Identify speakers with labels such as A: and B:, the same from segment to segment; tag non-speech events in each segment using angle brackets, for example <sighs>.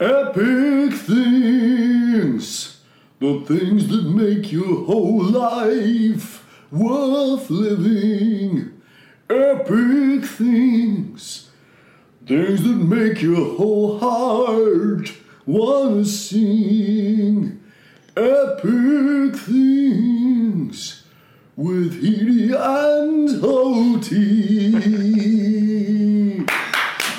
A: Epic things. The things that make your whole life worth living. Epic things. Things that make your whole heart wanna sing. Epic things with Healy and Hoti.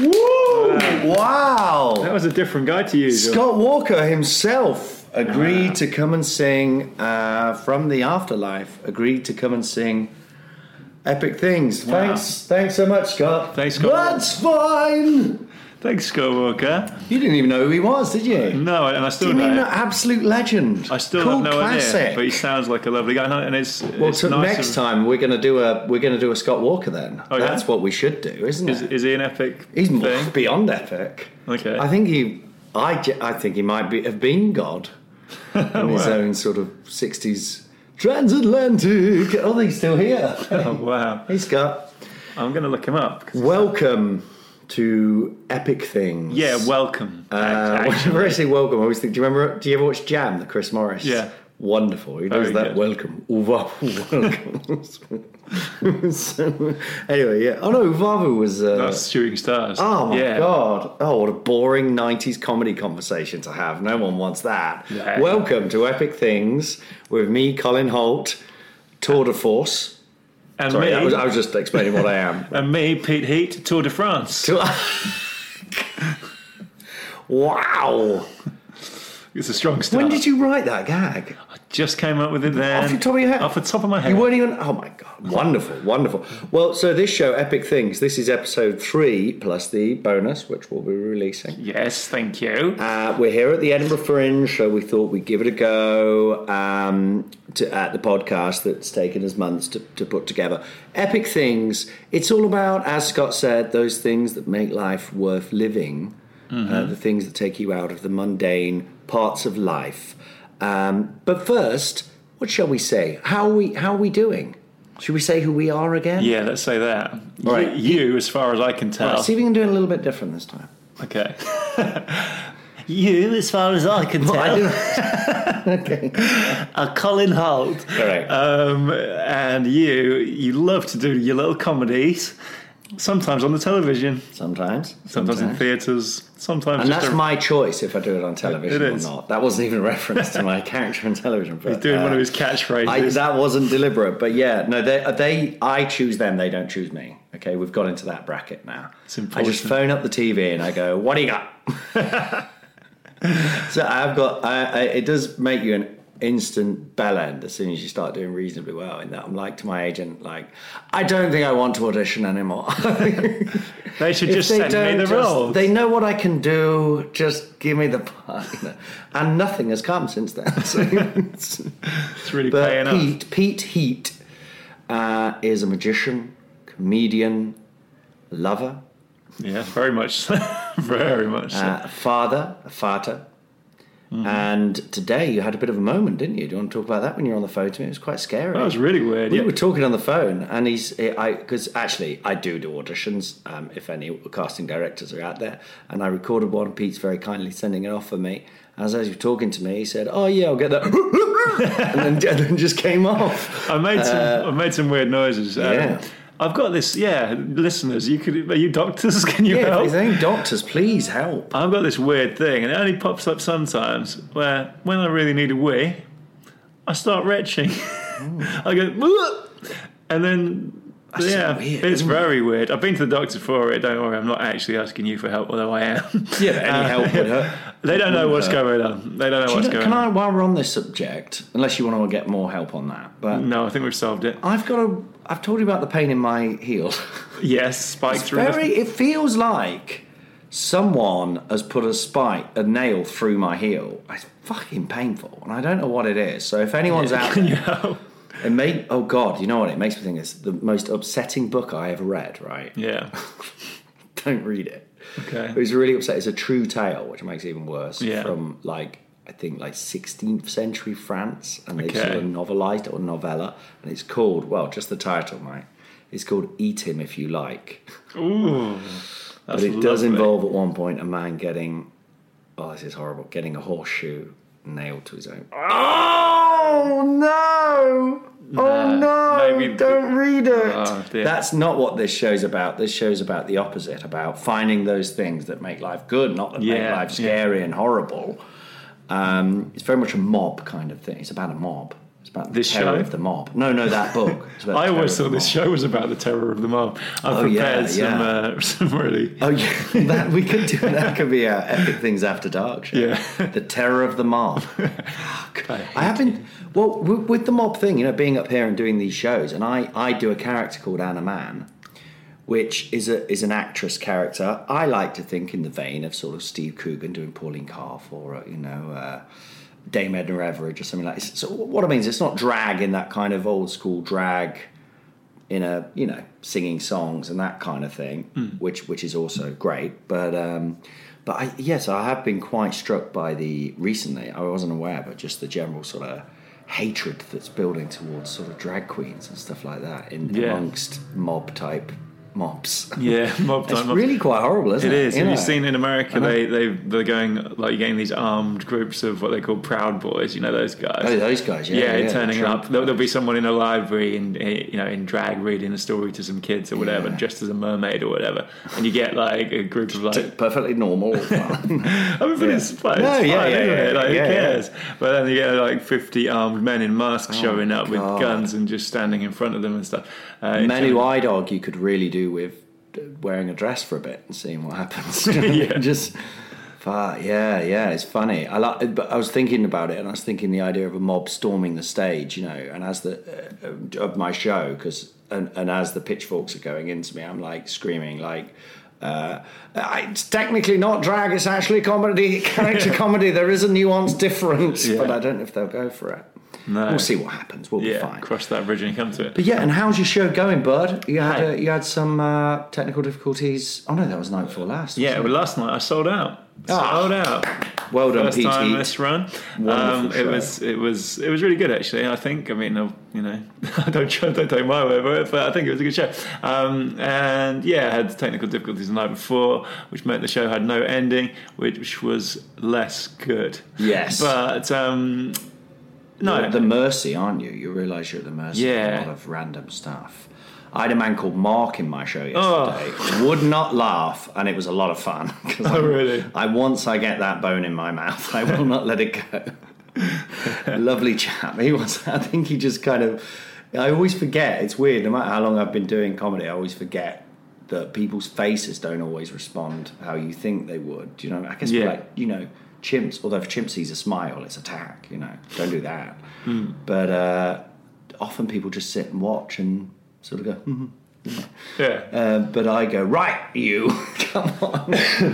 B: Woo!
C: Wow!
B: That was a different guy to you.
C: Scott Walker himself agreed to come and sing uh, from the afterlife. Agreed to come and sing epic things. Thanks, thanks so much, Scott.
B: Thanks, Scott.
C: That's fine.
B: Thanks, Scott Walker.
C: You didn't even know who he was, did you?
B: No, and I still
C: I mean,
B: don't.
C: an
B: Know,
C: absolute legend.
B: I still
C: cool
B: don't know
C: classic.
B: it, but he sounds like a lovely guy, and I- and it's
C: well,
B: it's
C: so
B: nice
C: next
B: of-
C: time we're gonna do a we're gonna do a Scott Walker then.
B: Oh, yeah?
C: That's what we should do, isn't
B: Is,
C: it?
B: is he an epic
C: He's
B: thing?
C: more beyond epic.
B: Okay.
C: <laughs> I think he, I, ge- I think he might be, have been
B: <laughs>
C: God in his own sort of 60s transatlantic. Oh, he's still
B: <laughs>
C: here.
B: Oh, wow.
C: hey, Scott.
B: I'm going to look him up. 'cause-
C: Welcome to Epic Things.
B: Yeah,
C: <laughs>
B: welcome.
C: Uh,
B: Act-
C: whenever I
B: actually.
C: say welcome, I always think, do you remember, do you ever watch Jam, the Chris Morris?
B: Yeah.
C: Wonderful. He does
B: Very
C: that
B: good.
C: welcome. <laughs> Uvavu, welcome. <laughs> so, anyway, yeah. Oh, no, Uvavu was. Uh,
B: That's Shooting Stars.
C: Oh my
B: yeah.
C: god! Oh, what a boring '90s comedy conversation to have. No one wants that.
B: Yeah.
C: Welcome to Epic Things with me, Colin Holt, Tour de Force.
B: And
C: Sorry,
B: me,
C: I was, I was just explaining what I <laughs> am.
B: and me, Pete Heat, Tour de France.
C: <laughs> wow!
B: It's a strong start.
C: When did you write that gag?
B: Just came up with it then.
C: Um, Off the top of your head?
B: Off the top of my head.
C: You weren't even. Oh my god! Wonderful, wonderful. Well, so this show, Epic Things. This is episode three plus the bonus, which we'll be releasing.
B: Yes, thank you.
C: Uh, we're here at the Edinburgh Fringe, so we thought we'd give it a go um, to, at the podcast that's taken us months to, to put together. Epic Things. It's all about, as Scott said, those things that make life worth living, uh, the things that take you out of the mundane parts of life. Um, but first, what shall we say? How are we, how are we doing? Should we say who we are again?
B: yeah, let's say that.
C: right.
B: You, you, as far as I can tell.
C: Let's see if we can do it a little bit different this time.
B: Okay. <laughs> you, as far as I can
C: I
B: tell,
C: do-
B: are Colin Holt.
C: Correct.
B: Um, and you, you love to do your little comedies, sometimes on the television,
C: sometimes.
B: sometimes, in theatres, sometimes
C: And
B: just
C: that's
B: a-
C: my choice if I do it on television
B: It
C: or
B: is.
C: not. That wasn't even a reference to
B: <laughs>
C: my character on television. But,
B: doing one
C: uh,
B: of his catchphrases.
C: I, that wasn't deliberate, but yeah, no, they, uh, they, I choose them. They don't choose me. Okay, we've got into that bracket now.
B: It's
C: I just phone up the TV and I go, "What do you got?" <laughs> so I've got. I, I, it does make you an instant bell end as soon as you start doing reasonably well. In that, I'm like to my agent, like, I don't think I want to audition anymore. <laughs>
B: they should
C: If
B: just send me the
C: just-
B: role.
C: They know what I can do. Just give me the part. you know. And nothing has come since then. <laughs> So it's-
B: It's really paying
C: but
B: off.
C: Pete, Pete Heat uh, is a magician, comedian, lover,
B: Yeah, very much so. <laughs> very much so.
C: uh, father, a father.
B: Mm-hmm.
C: And today you had a bit of a moment, didn't you? Do you want to talk about that when you were on the phone to me? It was quite scary.
B: That was really weird.
C: We
B: yeah.
C: were talking on the phone, and he's eh, I because actually I do do auditions. Um, if any casting directors are out there, and I recorded one. Pete's very kindly sending it off for me. As as you were talking to me, he said, "Oh yeah, I'll get that," <laughs> and, then, <laughs> and then just came off.
B: I made some. I made some weird noises. Um,
C: uh, yeah.
B: I've got this. Yeah, listeners, you could. Are you doctors? <laughs> Can you
C: Yeah,
B: help?
C: if there's any doctors, please help.
B: I've got this weird thing, and it only pops up sometimes where, when I really need a wee, I start retching. <laughs> I go, "Whoop," and then, yeah,
C: weird,
B: it's
C: isn't it?
B: very weird. I've been to the doctor for it. Don't worry, I'm not actually asking you for help, although I am.
C: <laughs>
B: Uh,
C: Yeah, but any help would uh, hurt.
B: <laughs> they don't know what's going on. They don't know what's going
C: Can
B: on.
C: I,
B: Hmm.
C: while we're on this subject, unless you want to get more help on that, but
B: No, I think we've solved it.
C: I've got a I've told you about the pain in my heel. <laughs>
B: Yes, spike
C: It's
B: through. the-
C: very. It feels like someone has put a spike, a nail through my heel. It's fucking painful, and I don't know what it is. So if anyone's out,
B: <laughs> Can
C: there,
B: you help?
C: it made. Oh God, you know what? It makes me think it's the most upsetting book I ever read. Right? <laughs>
B: Yeah.
C: Don't read it. It
B: Okay.
C: was really upset. It's a true tale, which makes it even worse.
B: Yeah.
C: From like I think like 16th century France, and they've
B: Okay.
C: sort of novelized it or novella, and it's called well, just the title, mate. It's called "Eat Him If You Like."
B: Ooh.
C: But it does involve at one point a man getting, oh, this is horrible, getting a horseshoe nailed to his own.
B: Ah.
C: Oh no!
B: Nah,
C: oh no!
B: maybe-
C: Don't read it.
B: Oh, dear.
C: That's not what this show's about. This show's about the opposite, about finding those things that make life good, not that make
B: Yeah,
C: life
B: yeah.
C: scary and horrible. Um, it's very much a mob kind of thing. It's about a mob. It's about the
B: This
C: terror
B: show?
C: of the mob. No, no, that book. It's about the
B: <laughs> I
C: terror
B: always
C: of the
B: thought this
C: mob.
B: show was about the terror of the mob. I've
C: Oh, yeah,
B: prepared some,
C: yeah.
B: uh, <laughs> some really.
C: Oh yeah, <laughs> that we could do. That could be our epic things after dark. Show.
B: Yeah.
C: the terror of the mob. Fuck. I haven't. Well, with, with the mob thing, you know, being up here and doing these shows, and I I do a character called Anna Mann, which is a is an actress character. I like to think in the vein of sort of Steve Coogan doing Pauline Calf or uh, you know. Uh, Dame Edna Everage or something like this. So what I mean is, it's not drag in that kind of old school drag in a you know singing songs and that kind of thing,
B: Hmm.
C: which which is also great. But um, but I, yes, I have been quite struck by the recently. I wasn't aware, but just the general sort of hatred that's building towards sort of drag queens and stuff like that in
B: Yeah.
C: amongst mob type mobs.
B: Yeah, mob
C: It's
B: time. mob-
C: really Uh-huh. quite horrible, isn't
B: It
C: it?
B: is. Have you
C: know?
B: seen in America they they they're going like you're getting these armed groups of what they call Proud Boys. You know those guys.
C: Oh, those guys? Yeah,
B: yeah,
C: yeah,
B: turning
C: the Trump
B: up. There'll, there'll be someone in a library in eh, you know in drag reading a story to some kids or whatever,
C: Yeah.
B: dressed as a mermaid or whatever, and you get like a group of like
C: perfectly normal.
B: <laughs> I mean, but it's fine.
C: No,
B: it's
C: yeah,
B: fine
C: yeah,
B: anyway.
C: yeah, yeah,
B: like, who
C: yeah.
B: cares? But then you get like 50 armed men in masks showing up with
C: Oh, God.
B: guns and just standing in front of them and stuff. Uh,
C: Men who I'd argue could really do with wearing a dress for a bit and seeing what happens. <laughs>
B: Yeah.
C: Just, fuck, yeah, yeah, it's funny. I like, but I was thinking about it, and I was thinking the idea of a mob storming the stage, you know, and as the uh, of my show because and, and as the pitchforks are going into me, I'm like screaming like. Uh, I- it's technically not drag; it's actually comedy, <laughs> character comedy. There is a nuance difference, but I don't know if they'll go for it.
B: No.
C: We'll see what happens. We'll be
B: yeah,
C: fine.
B: cross that bridge and come to it.
C: But yeah, and how's your show going, bud? You had
B: Hey.
C: uh, you had some uh, technical difficulties. Oh no, that was night before last. wasn't
B: Yeah,
C: it?
B: well, last night I sold out.
C: Ah.
B: Sold out.
C: well done,
B: First
C: PT.
B: time this run.
C: Wonderful
B: Um, it
C: show.
B: was it was it was really good actually. I think. I mean, I've, you know, <laughs> I don't try- don't take my word for it, but I think it was a good show. Um, and yeah, I had technical difficulties the night before, which meant the show had no ending, which was less good.
C: Yes.
B: but um,
C: You're
B: no,
C: at the mercy, aren't you? You realise you're at the mercy
B: Yeah.
C: of a lot of random stuff. I had a man called Mark in my show
B: Oh.
C: yesterday. Would not laugh, and it was a lot of fun. <laughs> 'cause I-
B: Oh, really?
C: I once I get that bone in my mouth, <laughs> I will not let it go. Lovely chap. <laughs> He was. I think he just kind of. I always forget. It's weird. No matter how long I've been doing comedy, I always forget that people's faces don't always respond how you think they would. Do you know? I guess we're
B: Yeah.
C: like you know chimps. Although if chimp sees a smile, it's attack. You know, don't do that.
B: Hmm.
C: But uh, often people just sit and watch and sort of go. hmm
B: yeah, <laughs>
C: Uh, but I go right, you <laughs> come on.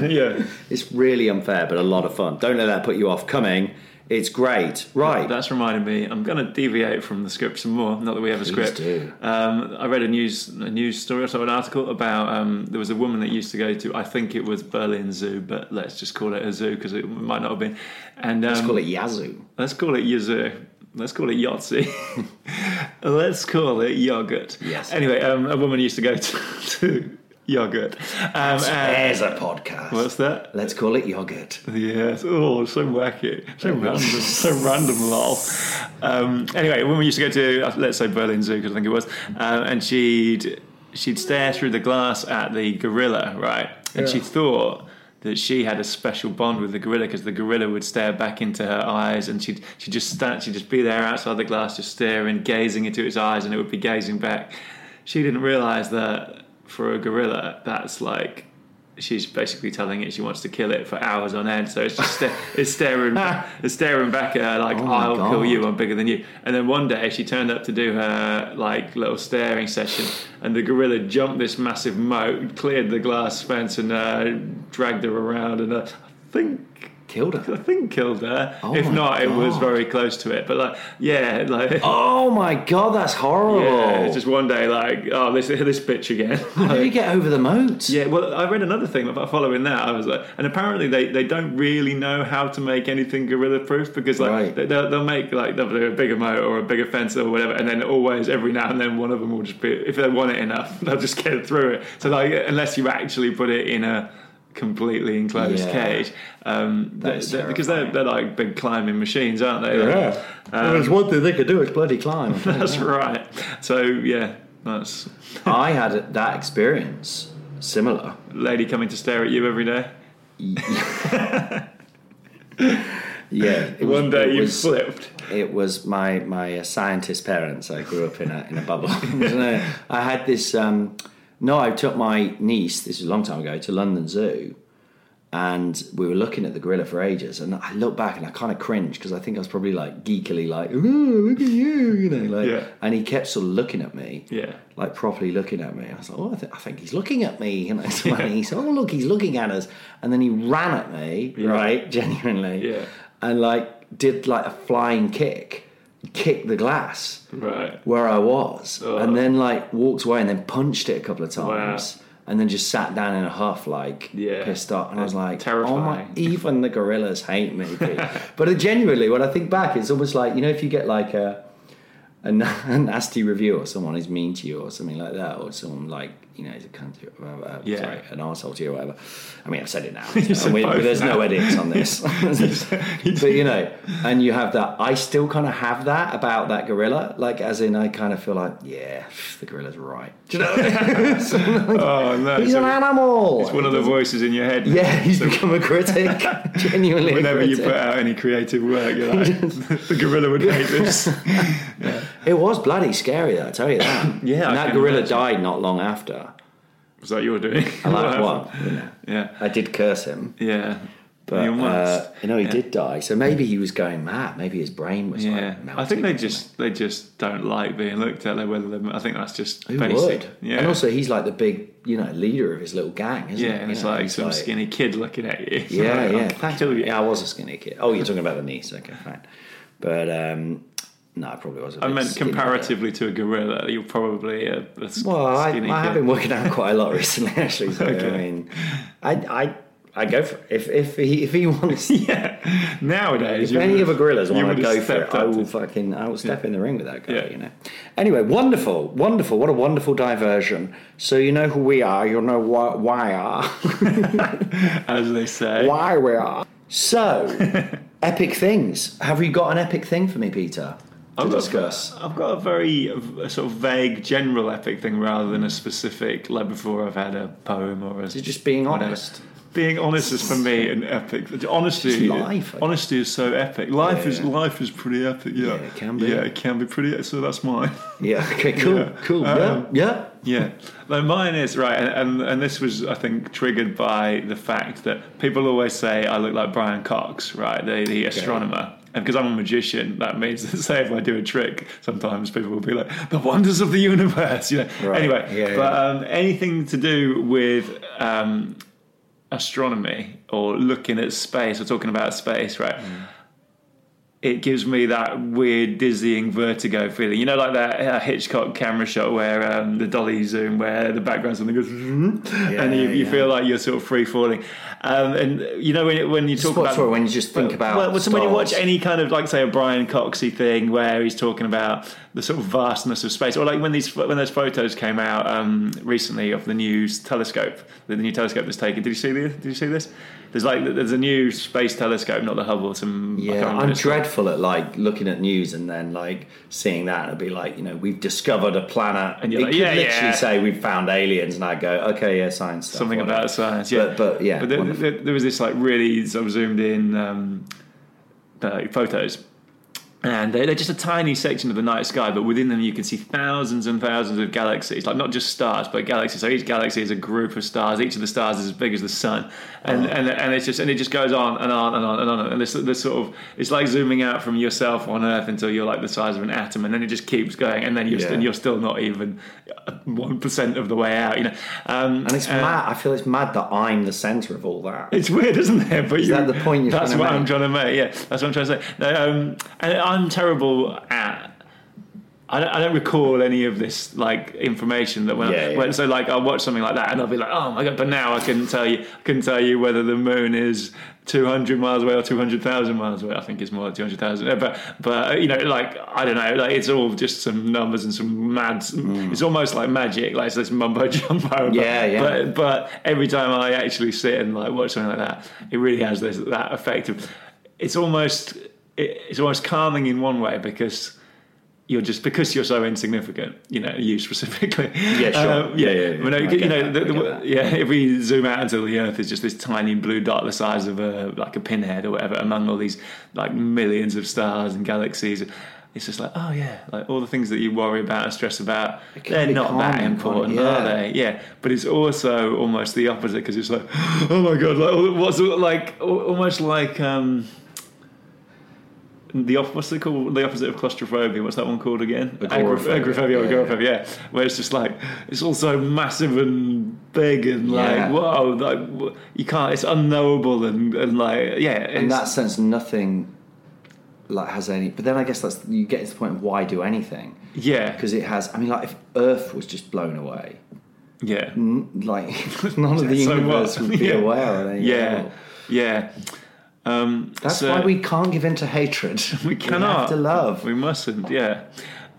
B: yeah.
C: It's really unfair, but a lot of fun. Don't let that put you off coming. It's great. Right.
B: That's reminded me. I'm going to deviate from the script some more. Not that we have a script.
C: do.
B: Um, I read a news a news story or an article about um, there was a woman that used to go to. I think it was Berlin Zoo, but let's just call it a zoo because it might not have been. And um,
C: Let's call it Yazoo.
B: Let's call it Yazoo. Let's call it Yahtzee. <laughs> let's call it yogurt.
C: Yes.
B: Anyway, um, a woman used to go <laughs> to, to yogurt. Um, and-
C: There's a podcast.
B: what's that?
C: Let's call it
B: <laughs>
C: yogurt.
B: Yes. Oh, so wacky. So random. so random, lol. Um, anyway, when we used to go to, uh, let's say Berlin Zoo, because I think it was, um, and she'd she'd stare through the glass at the gorilla, right? And she thought that she had a special bond with the gorilla because the gorilla would stare back into her eyes, and she'd she'd just stand, she'd just be there outside the glass, just staring, gazing into its eyes, and it would be gazing back. She didn't realise that for a gorilla, that's like she's basically telling it she wants to kill it for hours on end. So it's just sta-
C: <laughs>
B: it's staring, it's staring back at her like,
C: Oh my
B: "I'll
C: God.
B: kill you. I'm bigger than you." And then one day she turned up to do her like little staring session, and the gorilla jumped this massive moat, cleared the glass fence, and uh, dragged her around. And uh, I think
C: Killed
B: I
C: her.
B: think killed her.
C: Oh
B: if
C: my
B: not, it was
C: God.
B: very close to it. But like, yeah, like.
C: Oh my god, that's horrible.
B: Yeah, it's just one day, like, oh, this this bitch again. <laughs>
C: How do you get over the moat?
B: Yeah, well, I read another thing about following that. I was like, and apparently they, they don't really know how to make anything gorilla proof because like
C: Right.
B: they, they'll, they'll make like they'll do a bigger moat or a bigger fence or whatever, and then always every now and then one of them will just be if they want it enough, <laughs> they'll just get through it. So like unless you actually put it in a completely enclosed
C: Yeah.
B: cage, um, they-
C: is
B: they- because they're they're like big climbing machines, aren't they?
C: There's one thing they could do is bloody climb.
B: <laughs> that's right. So yeah, that's
C: <laughs> I had that experience similar.
B: lady coming to stare at you every day.
C: Yeah, it was-
B: One day
C: it
B: you
C: was,
B: flipped.
C: It was my my uh, scientist parents. I grew up in a in a bubble. <laughs> I had this. Um, no, I took my niece. This is a long time ago to London Zoo, and we were looking at the gorilla for ages. And I look back and I kind of cringe because I think I was probably like geekily like, "Ooh, look at you," you know, like.
B: Yeah.
C: And he kept sort of looking at me.
B: Yeah.
C: like properly looking at me. I was like, oh, I, th- I think he's looking at me. You know, <laughs> it's funny. He said, oh, look, he's looking at us. And then he ran at me, right, <laughs> genuinely.
B: Yeah.
C: And like did like a flying kick, kicked the glass <laughs>
B: Right.
C: where I was, and then like walked away and then punched it a couple of times. And then just sat down in a huff, like
B: Yeah.
C: pissed off, and I was like, "Oh my!"
B: Terrifying. <laughs>
C: Even the gorillas hate me. Pete. but uh, genuinely, when I think back, it's almost like you know, if you get like a a, na- <laughs> a nasty review or someone is mean to you or something like that, or someone like you know is a cunt to you, or whatever, uh,
B: Yeah.
C: sorry, an arsehole to you or whatever. I mean, I've said it
B: <laughs>
C: now.
B: said
C: We-
B: both
C: there's no
B: now.
C: edits on
B: <laughs>
C: this, but you know, and you have that. I still kind of have that about that gorilla, like as in I kind of feel like yeah, <sighs> the gorilla's right. Do you know? What I
B: <laughs>
C: mean? So, like,
B: Oh no!
C: He's
B: so
C: an animal.
B: It's one of the voices in your head.
C: yeah, he's become a
B: <laughs>
C: critic. Genuinely, a
B: Whenever you
C: critic.
B: put out any creative work,
C: <laughs>
B: you're like, <laughs> the gorilla would hate this.
C: it was bloody scary. Though, I tell you that.
B: <coughs> Yeah, I
C: and that
B: can
C: gorilla
B: imagine.
C: died not long after.
B: Was that your doing?
C: I like
B: What
C: what?
B: happened?
C: you know.
B: Yeah,
C: I did curse him,
B: yeah.
C: but you,
B: you must.
C: uh, you know he did die. So maybe he was going mad. Maybe his brain was
B: yeah,
C: like melting.
B: I think they just they just don't like being looked at. Like whether they, I think that's just
C: Who
B: basic.
C: would?
B: Yeah,
C: And also, he's like the big, you know, leader of his little gang, isn't
B: yeah,
C: he?
B: and
C: You
B: it's
C: know,
B: like
C: he's
B: some skinny kid looking at you. It's
C: Yeah,
B: <laughs> like,
C: yeah.
B: I'll
C: Thank
B: kill
C: you.
B: you.
C: Yeah, I was a skinny kid. Oh, you're talking about the niece. Okay, fine. But um, no, I probably was. I
B: I meant comparatively to a gorilla, you're probably a, a s-
C: Well, I,
B: skinny
C: I
B: kid.
C: have been working out quite a lot <laughs> recently, actually. So I mean, I, I, I go for if if he if he
B: <laughs>
C: wants
B: <laughs> yeah, nowadays.
C: If
B: you
C: any
B: would've-
C: of the gorillas
B: you
C: want to
B: would've
C: go for
B: stepped
C: it,
B: up
C: I
B: to-
C: will fucking I will step in the ring with that guy.
B: Yeah.
C: You know. Anyway, wonderful, wonderful. What a wonderful diversion. So you know who we are. You'll know why, why are
B: as they say.
C: why we are.
B: <laughs>
C: So epic things. Have you got an epic thing for me, Peter? To
B: I've got-
C: discuss.
B: I've got a very uh, sort of vague general epic thing rather than a specific, like before I've had a poem or a.
C: You're just being
B: whatever.
C: honest.
B: Being honest is for me an epic. Honesty,
C: It's life, I
B: honesty is so epic. Life is
C: Yeah.
B: life is pretty epic. Yeah.
C: Yeah, it can be.
B: Yeah, it can be pretty. So that's mine.
C: Yeah.
B: <laughs>
C: Okay. Cool.
B: Yeah.
C: Cool.
B: Um,
C: yeah. Yeah.
B: yeah. Like mine is right, and, and and this was I think triggered by the fact that people always say I look like Brian Cox, right? The, the astronomer. And because I'm a magician, that means that <laughs> say if I do a trick, sometimes people will be like, "The wonders of the universe," you know.
C: Right.
B: Anyway,
C: Yeah,
B: but
C: yeah.
B: Um, anything to do with um, astronomy or looking at space or talking about space, right?
C: Mm.
B: it gives me that weird dizzying vertigo feeling. You know, like that uh, Hitchcock camera shot where um, the dolly zoom, where the background something goes, <laughs> and you, you
C: yeah.
B: feel like you're sort of free falling. Um, and you know when when you talk
C: What's
B: about
C: wrong when you just think about
B: well, so when you watch
C: stars?
B: any kind of like say a Brian Coxey thing where he's talking about the sort of vastness of space, or like when these when those photos came out um, recently of the new telescope, the new telescope that's taken. Did you see the, Did you see this? There's like there's a new space telescope, not the Hubble. Some I can't
C: Yeah,
B: remember
C: I'm
B: it's called.
C: dreadful at like looking at news and then like seeing that and it'd be like, you know, we've discovered a planet. And
B: you're like,
C: could
B: yeah,
C: literally
B: yeah.
C: say we've found aliens, and I go, okay, yeah, science stuff.
B: something
C: whatever.
B: about science. Yeah,
C: But- but, yeah,
B: but there,
C: wonderful.
B: there, there was this like really sort of zoomed in um, uh, photos. and they're, they're just a tiny section of the night sky, but within them you can see thousands and thousands of galaxies, like not just stars, but galaxies. So each galaxy is a group of stars. Each of the stars is as big as the sun, and
C: Oh.
B: and, and it's just and it just goes on and on and on and on. And this this sort of it's like zooming out from yourself on Earth until you're like the size of an atom, and then it just keeps going, and then you're
C: Yeah.
B: st- you're still not even uh, one percent of the way out, you know. Um,
C: And it's
B: uh,
C: mad. I feel it's mad that I'm the centre of all that.
B: <laughs> it's weird, isn't it? But is
C: that the point you're
B: That's
C: trying to
B: what
C: make?
B: I'm trying to make. Yeah, that's what I'm trying to say. No, um, and I'm terrible at. I don't, I don't recall any of this like information that when,
C: Yeah, yeah.
B: when so like I'll watch something like that and I'll be like oh my god but now I couldn't tell you I couldn't tell you whether the moon is 200 miles away or 200,000 miles away I think it's more like 200,000 Uh, but but you know like I don't know like it's all just some numbers and some mad
C: Mm.
B: it's almost like magic like it's this mumbo <laughs> jumbo
C: Yeah, yeah.
B: but but every time I actually sit and like watch something like that, it really has this, that effect of it's almost it, it's almost calming in one way because you're just because you're so insignificant, you know, you specifically. Um,
C: Yeah, sure.
B: yeah,
C: Yeah, yeah, yeah.
B: But no,
C: I
B: you
C: get
B: know,
C: that,
B: the,
C: I
B: the,
C: get that.
B: yeah. <laughs> If we zoom out until the Earth is just this tiny blue dot the size of a like a pinhead or whatever among all these like millions of stars and galaxies. It's just like, oh yeah, like all the things that you worry about and stress about,
C: can
B: they're
C: be
B: not that
C: calming, can't it?
B: important,
C: Yeah.
B: are they? yeah but it's also almost the opposite because it's like <gasps> oh my god like what's like al- almost like um the off, what's it called? The opposite of claustrophobia. What's that one called again?
C: Agoraphobia.
B: Agoraph- Agoraphobia.
C: Yeah.
B: Agoraphobia. Yeah. Where it's just like it's also massive and big and like
C: Yeah.
B: whoa, like wh- you can't. It's unknowable and, and like yeah. It's,
C: in that sense, nothing like has any. But then I guess that's you get to the point of why do anything
B: yeah.
C: because it has. I mean, like if Earth was just blown away,
B: Yeah.
C: n-
B: <laughs>
C: like <laughs> none of the
B: So what?
C: universe would be
B: <laughs> Yeah.
C: aware of anything. at
B: Yeah.
C: all.
B: Yeah. Um,
C: that's
B: so-
C: why we can't give in to hatred.
B: <laughs>
C: <laughs>
B: We
C: we
B: cannot.
C: have to love.
B: We mustn't. Yeah.